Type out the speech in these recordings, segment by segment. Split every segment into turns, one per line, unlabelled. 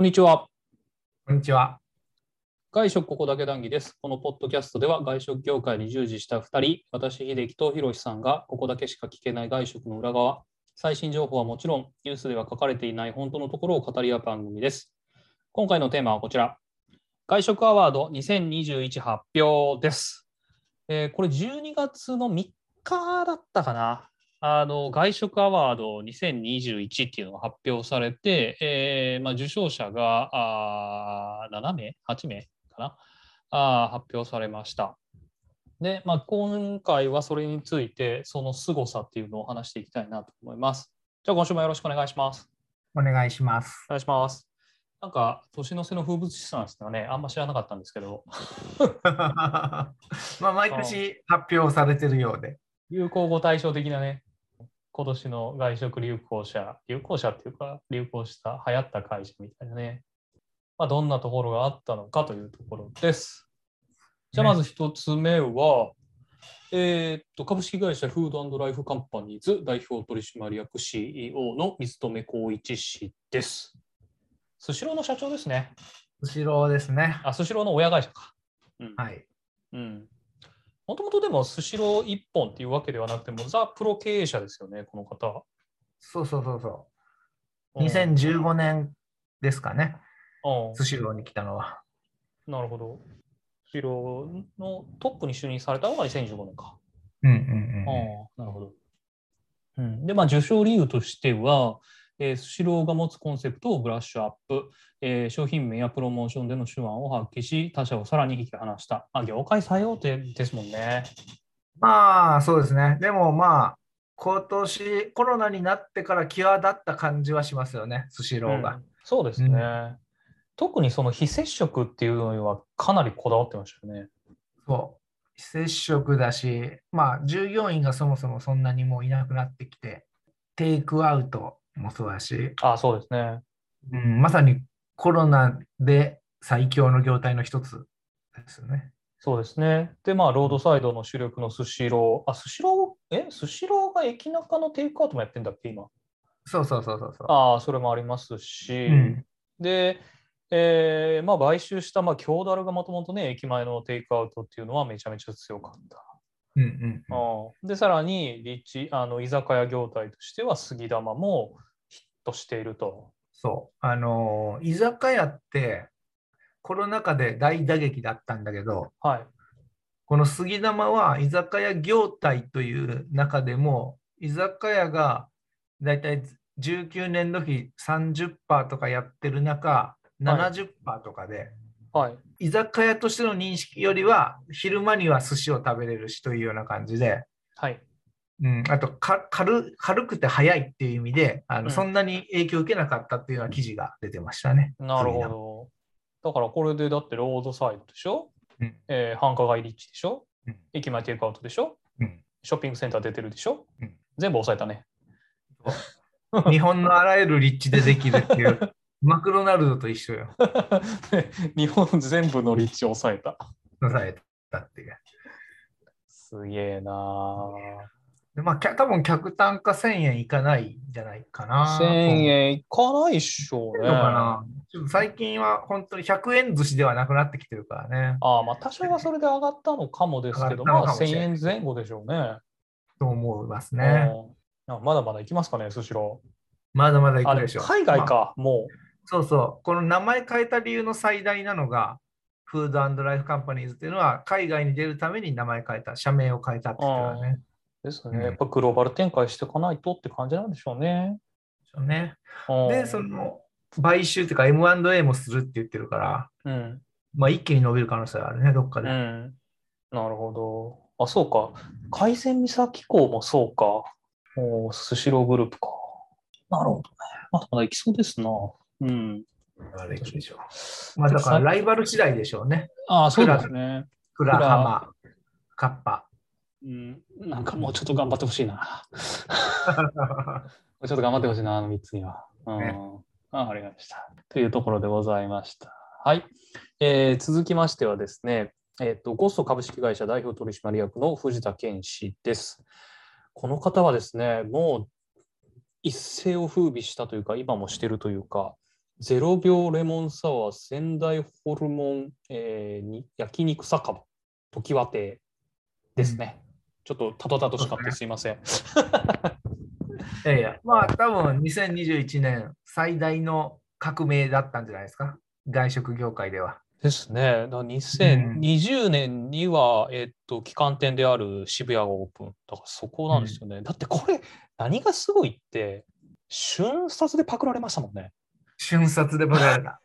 んにちは。
こんにちは。
外食ここだけ談義です。このポッドキャストでは外食業界に従事した2人、私、秀樹とひろしさんがここだけしか聞けない外食の裏側、最新情報はもちろん、ニュースでは書かれていない本当のところを語り合う番組です。今回のテーマはこちら。外食アワード2021発表です。えーこれ12月の3日だったかな。あの外食アワード2021っていうのが発表されて、えーまあ、受賞者があー7名 ?8 名かなあー発表されました。で、まあ、今回はそれについて、その凄さっていうのを話していきたいなと思います。じゃあ、今週もよろしくお願いします。
お願いします
お。願いします。なんか、年の瀬の風物詩なんですよね、あんま知らなかったんですけど、
まあ、毎年発表されてるようで。
流行語対象的なね、今年の外食流行者、流行者っていうか、流行した、流行った会社みたいなね、まあ、どんなところがあったのかというところです。じゃあまず一つ目は、えーっと株式会社フードライフカンパニーズ代表取締役 CEO の水留光一氏です。スシローの社長ですね。
後ろですね。
あ、スシローの親会社か。うん
はい。
うんもともとでもスシロー一本っていうわけではなくても、ザ・プロ経営者ですよね、この方。
そうそうそうそ
うん
う。2015年ですかね。
う
スシローに来たのは。
ん、なるほど。スシローのトップに就任されたのが2015年か。
うんうん
うん
うん。、
なるほど。うん、で、まあ、受賞理由としては、えースシローが持つコンセプトをブラッシュアップ、えー商品名やプロモーションでの手腕を発揮し、他社をさらに引き離した。まあ、業界最大手ですもんね。
まあ、そうですね。でもまあ、今年コロナになってから際立った感じはしますよね、スシロー
う
が。
んそうですね、
う
特にその非接触っていうのにはかなりこだわってましたよね。
そう。非接触だし、まあ、従業員がそもそもそんなにもういなくなってきて、テイクアウトもそうだし、
ああそうですね。
うん、まさにコロナで最強の業態の一つですよね。
そうですね。で、まあ、ロードサイドの主力のスシロー。あ、スシロー、え、スシローが駅中のテイクアウトもやってんだっけ、今。
そうそうそうそうそう。
ああ、それもありますし。
うん、
で、えーまあ、買収した、まあ、京ダルがもともとね、駅前のテイクアウトっていうのはめちゃめちゃ強かった。
うんうんうん
うんで、さらに、立地、あの、居酒屋業態としては、杉玉もヒットしていると。
そう。あのー居酒屋ってコロナ禍で大打撃だったんだけど、
はい。
この杉玉は居酒屋業態という中でも、居酒屋がだいたい19年度比30%とかやってる中、70%とかで、
はい。
居酒屋としての認識よりは、昼間には寿司を食べれるしというような感じで、
はい。
うん、あとか軽、軽くて早いっていう意味であ
う
の、
ん
そんなに影響を受けなかったっていうような記事が出てましたね。
なるほど。だからこれでだってロードサイドでしょ、
うん
えー繁華街立地でしょ、
うん
駅前テイクアウトでしょ
うん
ショッピングセンター出てるでしょ、
うん
全部抑えたね。
そう日本のあらゆる立地でできるっ ていう、マクドナルドと一緒よ、
日本全部の立地を抑えた。
出されたっていう。
すげえな
でまあ、きゃ多分客単価1000円いかないんじゃないか
あ
な。
1000円いかないっしょ
い
ね。
のかな。ちょっと最近は本当に100円寿司ではなくなってきてるからね、
ああまあ多少はそれで上がったのかもですけど、
上が
ま
った
あ
のかも
1000
しれない
円前後でしょうね。
と思いますね。
うんあまだまだ行きますかね、スシロー。
まだまだい
あ
く
れ
でしょ。
海外か、も
そうそう、この名前変えた理由の最大なのが、フードライフカンパニーズっていうのは、海外に出るために名前変えた、社名を変えたっていうのはね。
う。です
うん
ね。やっぱグローバル展開していかないとって感じなんでしょうね。
そうね
うん
で、その買収っていうか、M&A もするって言ってるから、
うん。
まあ、一気に伸びる可能性はあるね、どっか
うん。
で。
なるほど。あ、そうか。海鮮三崎港もそうか。おースシローグループか。なるほどね。まだまだ行きそうですな。うん。
あれいくでしょうまあ、だからライバル次第でしょうね。
ああ、そう
クラ
ですね。
クラハマ、カッパ。
う ん。なんかもうちょっと頑張ってほしいな。ちょっと頑張ってほしいな、あの3つには。うん。
ね
あわかりました。というところでございました。はい。えー続きましてはですね、えっ、と、ゴスト株式会社代表取締役の藤田健氏です。この方はですね、もう一世を風靡したというか、今もしてるというか、ゼロ秒レモンサワー、仙台ホルモン、えーに焼肉酒場、時和亭ですね。ちょっとたとたとしかってすいません。
いやいや、まあ多分2021年最大の革命だったんじゃないですか、外食業界では。
ですね。だから2020年には、えっと、旗艦店である渋谷がオープン。だからそこなんですよね。だってこれ、何がすごいって、瞬殺でパクられましたもんね。
瞬殺でバカれた。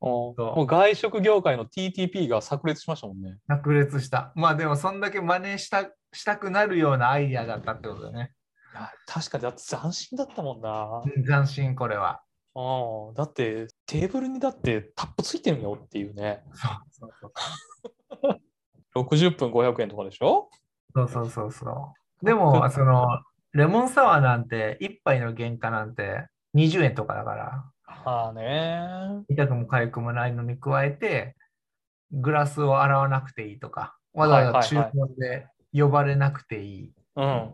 もう
そう
もう外食業界の TTP が炸裂しましたもんね。
炸裂した。まあでも、そんだけ真似したしたくなるようなアイディアだったってことだね。
いや確かに、だって斬新だったもんな。
斬新、これは。
うん、だってテーブルにだってタップついてるよっていうね。
そうそう
60分500円とかでしょ
そうそうそうそう。でも、その、レモンサワーなんて、一杯の原価なんて20円とかだから、
ああね。
痛くも痒くもないのに加えて、グラスを洗わなくていいとか、わざわざ注文で呼ばれなくていい、
うん。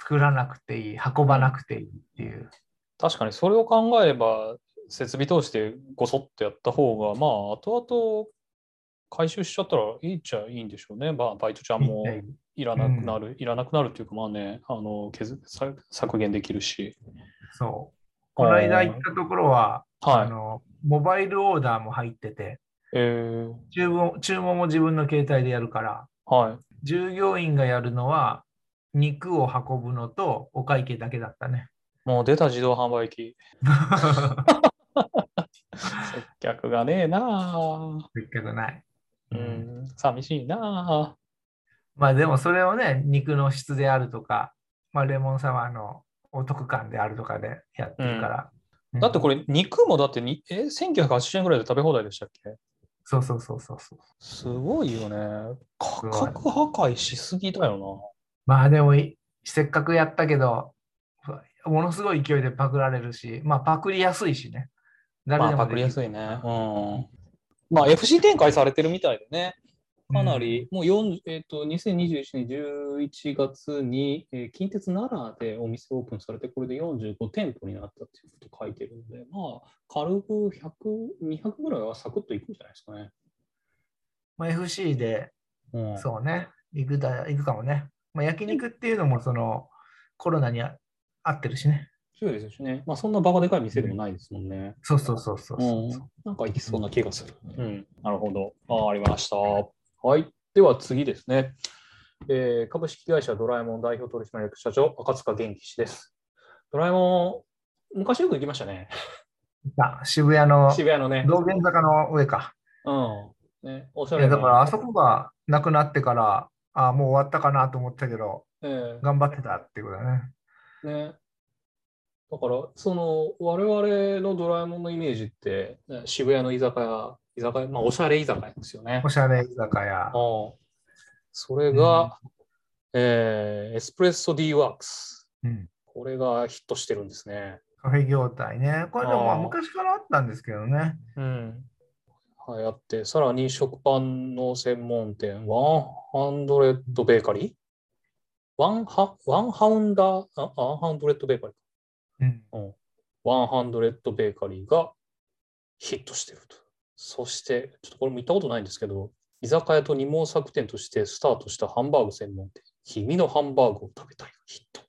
作らなくていい、運ばなくていいっていう。
確かにそれを考えれば設備投資でごそっとやった方がまあ後々回収しちゃったらいいっちゃいいんでしょうね。まあ、バイトちゃんもいらなくなる、いらなくなるっていうかまあねあの削削削減できるし。
そう。この間行ったところは、あ
はい。
の、モバイルオーダーも入ってて、
えー、
注文注文も自分の携帯でやるから、
はい。
従業員がやるのは、肉を運ぶのとお会計だけだったね。
もう出た自動販売機。接客がねえなあ。
結局ない。
うん、寂しいなあ。
まあでもそれをね、肉の質であるとか、まあ、レモンサワーのお得感であるとかでやってるから。うん
だってこれ、肉もだってに、え、1980円ぐらいで食べ放題でしたっけ
そうそうそうそうそう。
すごいよね。価
ごい
格破壊しすぎだよ
まあでもい、せっかくやったけど、ものすごい勢いでパクられるし、まあパクりやすいしね。
な。
誰
ま
で
あ、パ
もで
ク
き
り
る
やすいね。うん。まあ、FC 展開されてるみたいでね。かなり、もう4、えっ、と、2021年11月に、えー近鉄奈良でお店オープンされて、これで45店舗になったっていうこと書いてるので、まあ、軽く100、200ぐらいはサクッといくんじゃないですかね。
まあ、FC で、
うん、
そうね、行くだ行くかもね。まあ、焼肉っていうのもそのコロナにあ合ってるしね。
強いですしね。まあ、そんなバカでかい店でもないですもんね。
そうそうそうそうそう
うん、なんかいきそうな気がする。うん、なるほど。あありました。はい。では次ですね、えー株式会社ドラえもん代表取締役社長、赤塚元気氏です。ドラえもん、昔よく行きましたね。
あ渋谷の
渋谷のね。
道玄坂の上か。
うん。ね、おしゃ
い
れ
や
な。
だからあそこがなくなってから、あもう終わったかなと思ったけど、
え
頑張ってたっていうことだね。
えね。だから、その、我々のドラえもんのイメージって、ね渋谷の居酒屋、居酒屋、まあ、おしゃれ居酒屋ですよね
お。しゃれ居酒屋。
うんそれが、えーエスプレッソ D ワークス。
うん
これがヒットしてるんですね。
カフェ業態ね。これでもまあ
あー
昔からあったんですけどね。
うん。流行って、さらに食パンの専門店、ワンハンドレッドベーカリーワンハワンハウンダー、あワンハンドレッドベーカリー。
うん、
ワンハンドレッドベーカリーがヒットしてると。そして、ちょっとこれも行ったことないんですけど、居酒屋と二毛作店としてスタートしたハンバーグ専門店、君のハンバーグを食べたいがヒット。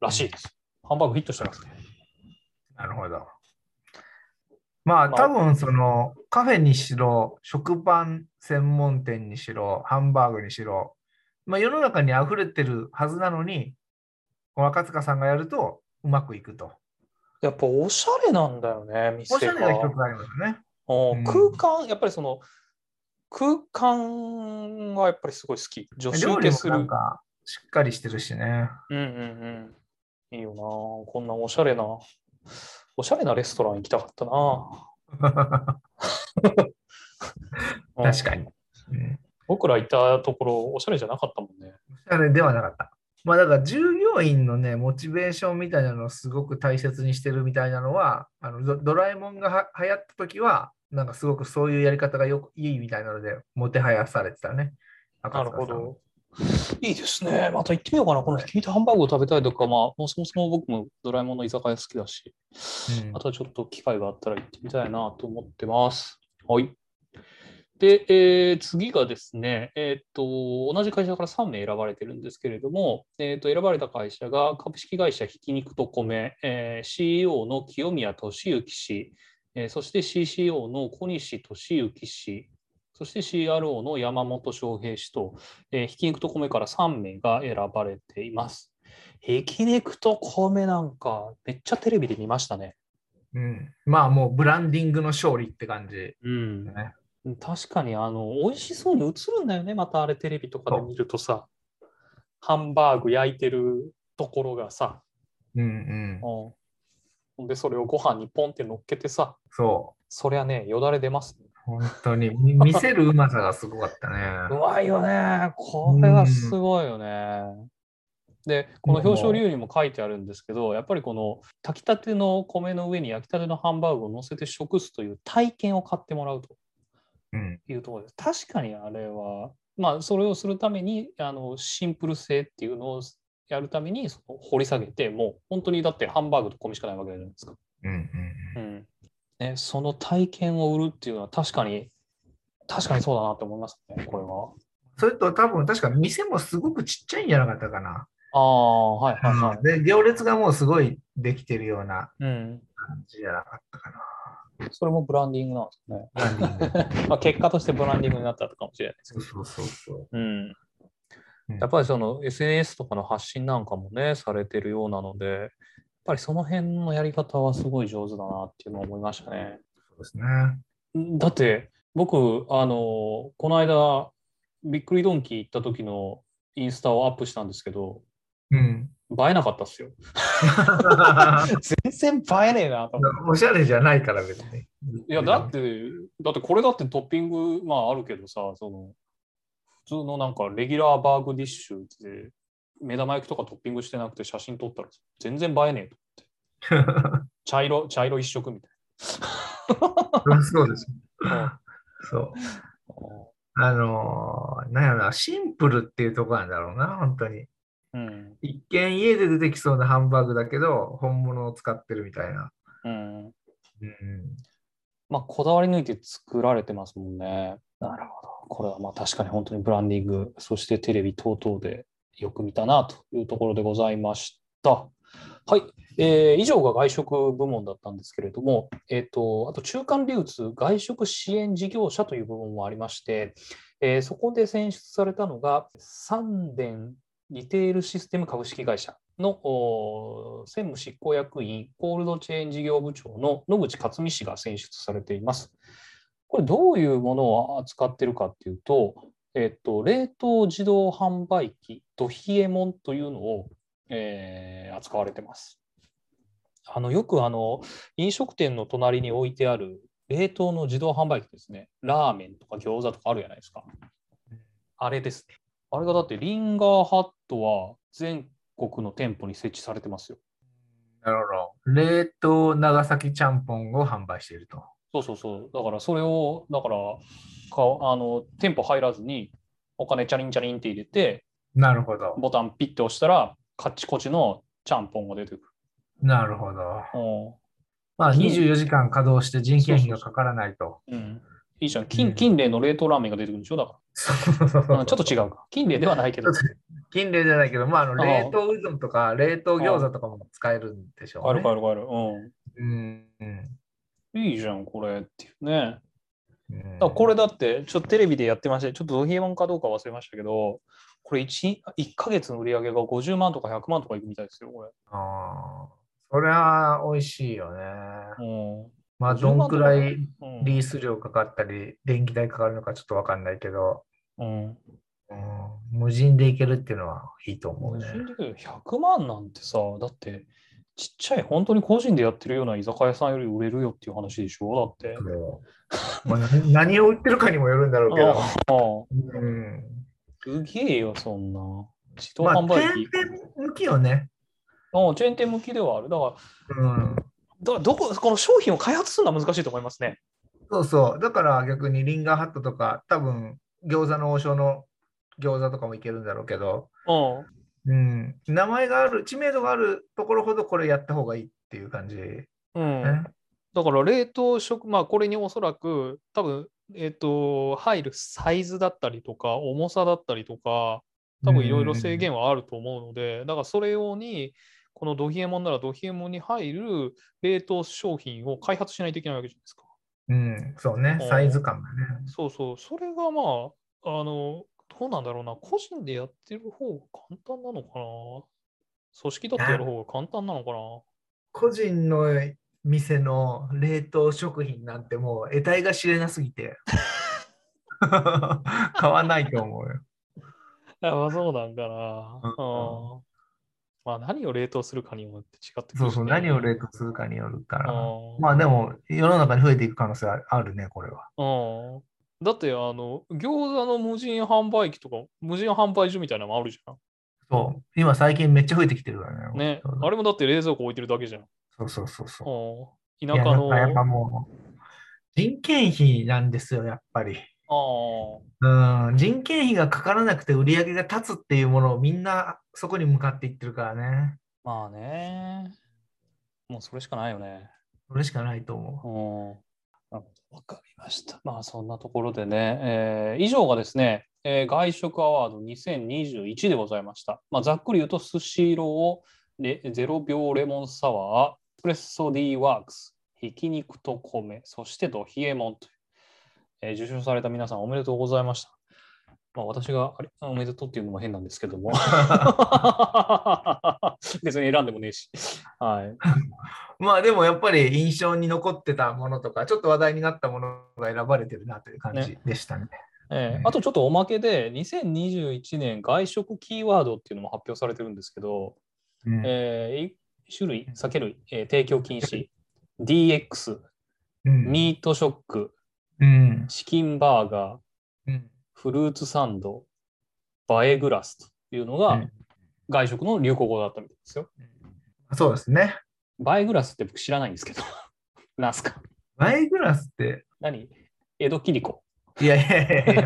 らしいです。ハンバーグヒットしてますね。
なるほど。まあ
まあ
多分そのカフェにしろ、食パン専門店にしろ、ハンバーグにしろ、まあ、世の中に溢れてるはずなのに、この赤塚さんがやるとうまくいくと。
やっぱおしゃれなんだよね、店
おしゃ
が。
れが一つありますね。
うん
うん
空間、やっぱりその、空間がやっぱりすごい好き。女子
料
受
理
け
も
す
な
る
ん。かしっかりしてるしね。
うんうんうん。いいよな。こんなおしゃれな、おしゃれなレストラン行きたかったな。
確
うん
かに。うん
僕ら行ったところ、おしゃれじゃなかったもんね。
あれではなかった。まあだから従業員のね、モチベーションみたいなのをすごく大切にしてるみたいなのは、あのドドラえもんがは流行った時は、なんかすごくそういうやり方がよくいいみたいなので、もてはやされてたね。
な
赤
る
塚さ
ほ
ん
ど。いいですね。また行ってみようかな。このひき肉ハンバーグを食べたいとか、まあ、もうそもそも僕もドラえもんの居酒屋好きだし、
うん
またちょっと機会があったら行ってみたいなと思ってます。はい。で、えー次がですね、えーっと、同じ会社から3名選ばれてるんですけれども、えーっと、選ばれた会社が株式会社ひき肉と米、えー CEO の清宮俊之氏、えーそして CCO の小西俊之氏、そして CRO の山本翔平氏と、えーひき肉と米から3名が選ばれています。ひき肉と米なんか、めっちゃテレビで見ましたね。
うん、まあもうブランディングの勝利って感じ。
うん
ね
確かにあの美味しそうに映るんだよねまたあれテレビとかで見るとさハンバーグ焼いてるところがさ、
うんうん
うん、。ほんでそれをご飯にポンって乗っけてさ
そ
そりゃねよだれ出ますね
う。本当に。み見せるうまさがすごかっ た
う
ね。
まいよねこれはすごいよね、でこの表彰理由にも書いてあるんですけどやっぱりこの炊きたての米の上に焼きたてのハンバーグを乗せて食すという体験を買ってもらうと
うん。
いうところです。確かにあれは、まあ、それをするためにあのシンプル性っていうのをやるためにその掘り下げてもう本当にだってハンバーグと米しかないわけじゃないですか。
うんうん
うんね、その体験を売るっていうのは確かに確かにそうだなと思いますねこれは。
それと多分確か店もすごくちっちゃいんじゃなかったかな。
ああはいはいはい。
で、行列がもうすごいできてるような
うん、
感じじゃなかったかな。
それもブランディングなんですね。まあ、結果としてブランディングになったのかもしれないですけ
そうそうそうそう。
ど。うん
うん
やっぱりその SNS とかの発信なんかもね、されてるようなので、やっぱりその辺のやり方はすごい上手だなっていうのは思いましたね。
そうですね。
んだって、僕、あの、この間、びっくりドンキー行った時のインスタをアップしたんですけど、
うん。
映えなかったっすよ。全然映えねえなと思って。
おしゃれじゃないから別に。
いや、だって、だってこれだってトッピング、まああるけどさ、その、普通のなんかレギュラーバーグディッシュで、目玉焼きとかトッピングしてなくて写真撮ったら全然映えねえと。茶色、茶色一色みたい
そうです。
な。
そう。あのーなんやろな、シンプルっていうところなんだろうな、本当に。
うん。
一見家で出てきそうなハンバーグだけど、本物を使ってるみたいな。
うん。
うん。
まあ、こだわり抜いて作られてますもんね。なるほど。これはまあ確かに本当にブランディング、そしてテレビ等々でよく見たなというところでございました。はい、えー以上が外食部門だったんですけれども、えー、とあと中間流通外食支援事業者という部門もありまして、えーそこで選出されたのが三電リテールシステム株式会社のおー専務執行役員コールドチェーン事業部長の野口克美氏が選出されています。これどういうものを扱ってるかっていうと、えっと、冷凍自動販売機ドヒエモンというのを、えー扱われてます。あのよくあの飲食店の隣に置いてある冷凍の自動販売機ですね。ラーメンとか餃子とかあるじゃないですか。あれですね。あれがだってリンガーハットは全国の店舗に設置されてますよ。
なるほど。冷凍長崎ちゃんぽんを販売していると。
そうそうそう。だからそれを、だからかあの店舗入らずにお金チャリンチャリンって入れて、
なるほど。
ボタンピッて押したらカッチコチのちゃんぽんが出てく
なるほど。
る。うん
まあ、
うん
24時間稼働して人件費がかからないと。
うん、いいじゃん。
う
金
ん
金麗の冷凍ラーメンが出てくるんでしょだか
そうそう
ら、
そう
うんちょっと違うか。金麗ではないけど。
金冷じゃないけど、まあ、あの
ああ
冷凍うどんとか冷凍餃子とかも使えるんでしょ
あ
う、
る
ね。
かあるかある。うん
うんうん
いいじゃん、これっていうね。
う
だ
ん
からこれだって、ちょっとテレビでやってまして、ちょっとドヒエモンかどうか忘れましたけど、これ 1, 1ヶ月の売り上げが50万とか100万とかいくみたいですよ、これ。
ああそりゃ美味しいよね。
う
まあ、どんくら
ん。う
い
ん
リース料かかったり、電気代かかるのかちょっとわかんないけど、
うん。
うん、無人でいけるっていうのはいいと思うね。
100万なんてさ、だって、ちっちゃい、本当に個人でやってるような居酒屋さんより売れるよっていう話でしょ、だって。
そうまあ、何 何を売ってるかにもよるんだろうけど。
うん
うん
すげえよ、そんな。自動
まあ、
販売
点
機。
々向きよね。
うんチェーン店向きではある。だから、
うん、
だからどここの商品を開発するのは難しいと思いますね。
そうそう。だから逆にリンガーハットとか、多分餃子の王将の餃子とかもいけるんだろうけど、
うん。
うん、名前がある、知名度があるところほどこれやった方がいいっていう感じね。
うん、だから冷凍食、まあこれにおそらく多分、えっ、と、入るサイズだったりとか、重さだったりとか、多分いろいろ制限はあると思うので、だからそれ用に、このドヒエモンならドヒエモンに入る冷凍商品を開発しないといけないわけじゃないですか。
うん、そうね
う、ん
サイズ感がね。
そうそう、それがまあ、あの、どうなんだろうな、個人でやってる方が簡単なのかな。組織だってやる方が簡単なのかな。
個人の店の冷凍食品なんてもう得体が知れなすぎ て。買わないと思うよ。
あまあそうなんかな。
うん
うんまあ何を冷凍するかによって違ってくるしね、
そうそう、何を冷凍するかによるから。
うん
まあでも、世の中に増えていく可能性はあるね、これは。
うんだって、あの、餃子の無人販売機とか、無人販売所みたいなのもあるじゃん。
そう、今最近めっちゃ増えてきてるからね。
ね
そう。
あれもだって冷蔵庫置いてるだけじゃん。
そうそうそうそう。
うん
い
田
や
舎
なんかやっぱ
の。
もう、人件費なんですよ、やっぱり。うん、人件費がかからなくて売り上げが立つっていうものをみんなそこに向かっていってるからね。
ああまあね。もうそれしかないよね。
それしかないと思
うんなるほどわかりました。まあそんなところでね、えー以上がですね、えー外食アワード2021でございました。まあ、ざっくり言うと、スシローをレゼロ秒レモンサワー、エスプレッソ D ワークス、ひき肉と米、そしてドヒエモンという、えー受賞された皆さんおめでとうございました。まあ、私があれおめでとうっていうのも変なんですけど も。別に選んでもねえし。はい。
う。まあでもやっぱり印象に残ってたものとか、ちょっと話題になったものが選ばれてるなという感じでしたね。
え
ね
えあとちょっとおまけで、2021年外食キーワードっていうのも発表されてるんですけど、
うん
えー、種類、酒類、えー提供禁止、DX、
うん
ミートショック、
うん
チキンバーガー、
うん
フルーツサンド、バエグラスというのが外食の流行語だったみたいですよ。
そうですね。
バエグラスって僕知らないんですけど、 なんすか
バイグラスって、
何江戸切子。
いやいや いやい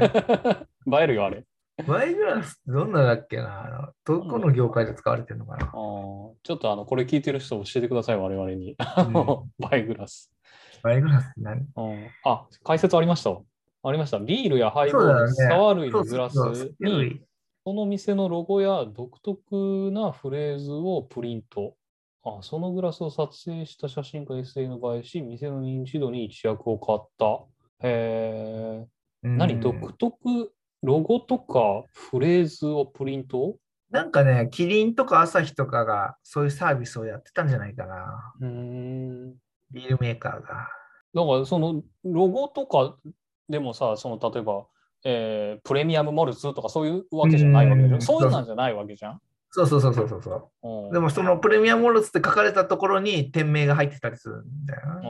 や、
バエるよ、あれ。
バイグラスってどんなだっけなあのどこの業界で使われてるのかな
あ、ーちょっとあのこれ聞いてる人教えてください、我々に。
うん
バイグラス。
バイグラスって何
うんあ、解説ありましたわ。ありました。ビールやハイボ
そうだ
ー
よ
ル、
ね
サワー類
そ
の
う
グ
そ
ラ
う
ス
そう
に、その店のロゴや独特なフレーズをプリント。あそのグラスを撮影した写真が SA の映えし、店の認知度に一役を買った。へー何、独特、ロゴとかフレーズをプリント
なんかね、キリンとかアサヒとかがそういうサービスをやってたんじゃないかな。
うーん。
ビールメーカーが。
だからそのロゴとかでもさ、その例えば、えープレミアムモルツとかそういうわけじゃないわけでし
う
ょ。
ん
そういうなんじゃないわけじゃん。
そうそうそうそうそうそう。
うん
でもそのプレミアムモルツって書かれたところに店名が入ってたりするんだよな。
うん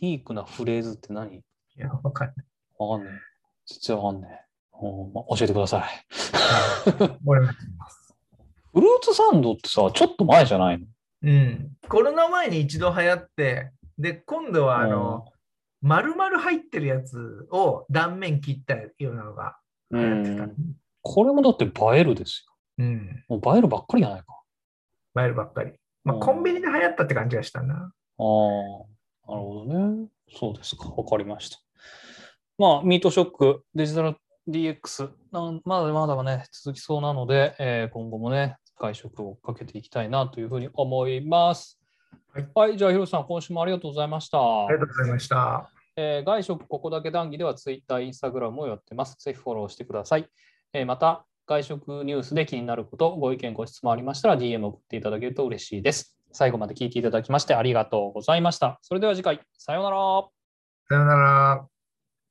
ディークなフレーズって何
いや、わかんない。
わかんない。実はわかんない。うんま教えてください。
俺も知ります
フルーツサンドってさ、ちょっと前じゃないの
うん。コロナ前に一度流行って、で、今度はあの、丸々入ってるやつを断面切ったようなのが
う
流行ってたね
ん。これもだって映えるです
うん。
よ。もう映えるばっかりじゃないか。
マイルばっかり。まあ、
うん
コンビニで流行ったって感じがしたな。
ああ、なるほどね。そうですか。わかりました。まあ、ミートショック、デジタル DX、なんまだまだね、続きそうなので、えー今後もね、外食を追っかけていきたいなというふうに思います。
はい、
じゃあ、ヒロさん、今週もありがとうございました。
ありがとうございました。
えー外食ここだけ談義では Twitter、Instagram もやってます。ぜひフォローしてください。えーまた、外食ニュースで気になること、ご意見、ご質問ありましたら DM 送っていただけると嬉しいです。最後まで聞いていただきましてありがとうございました。それでは次回、さようなら。
さよなら。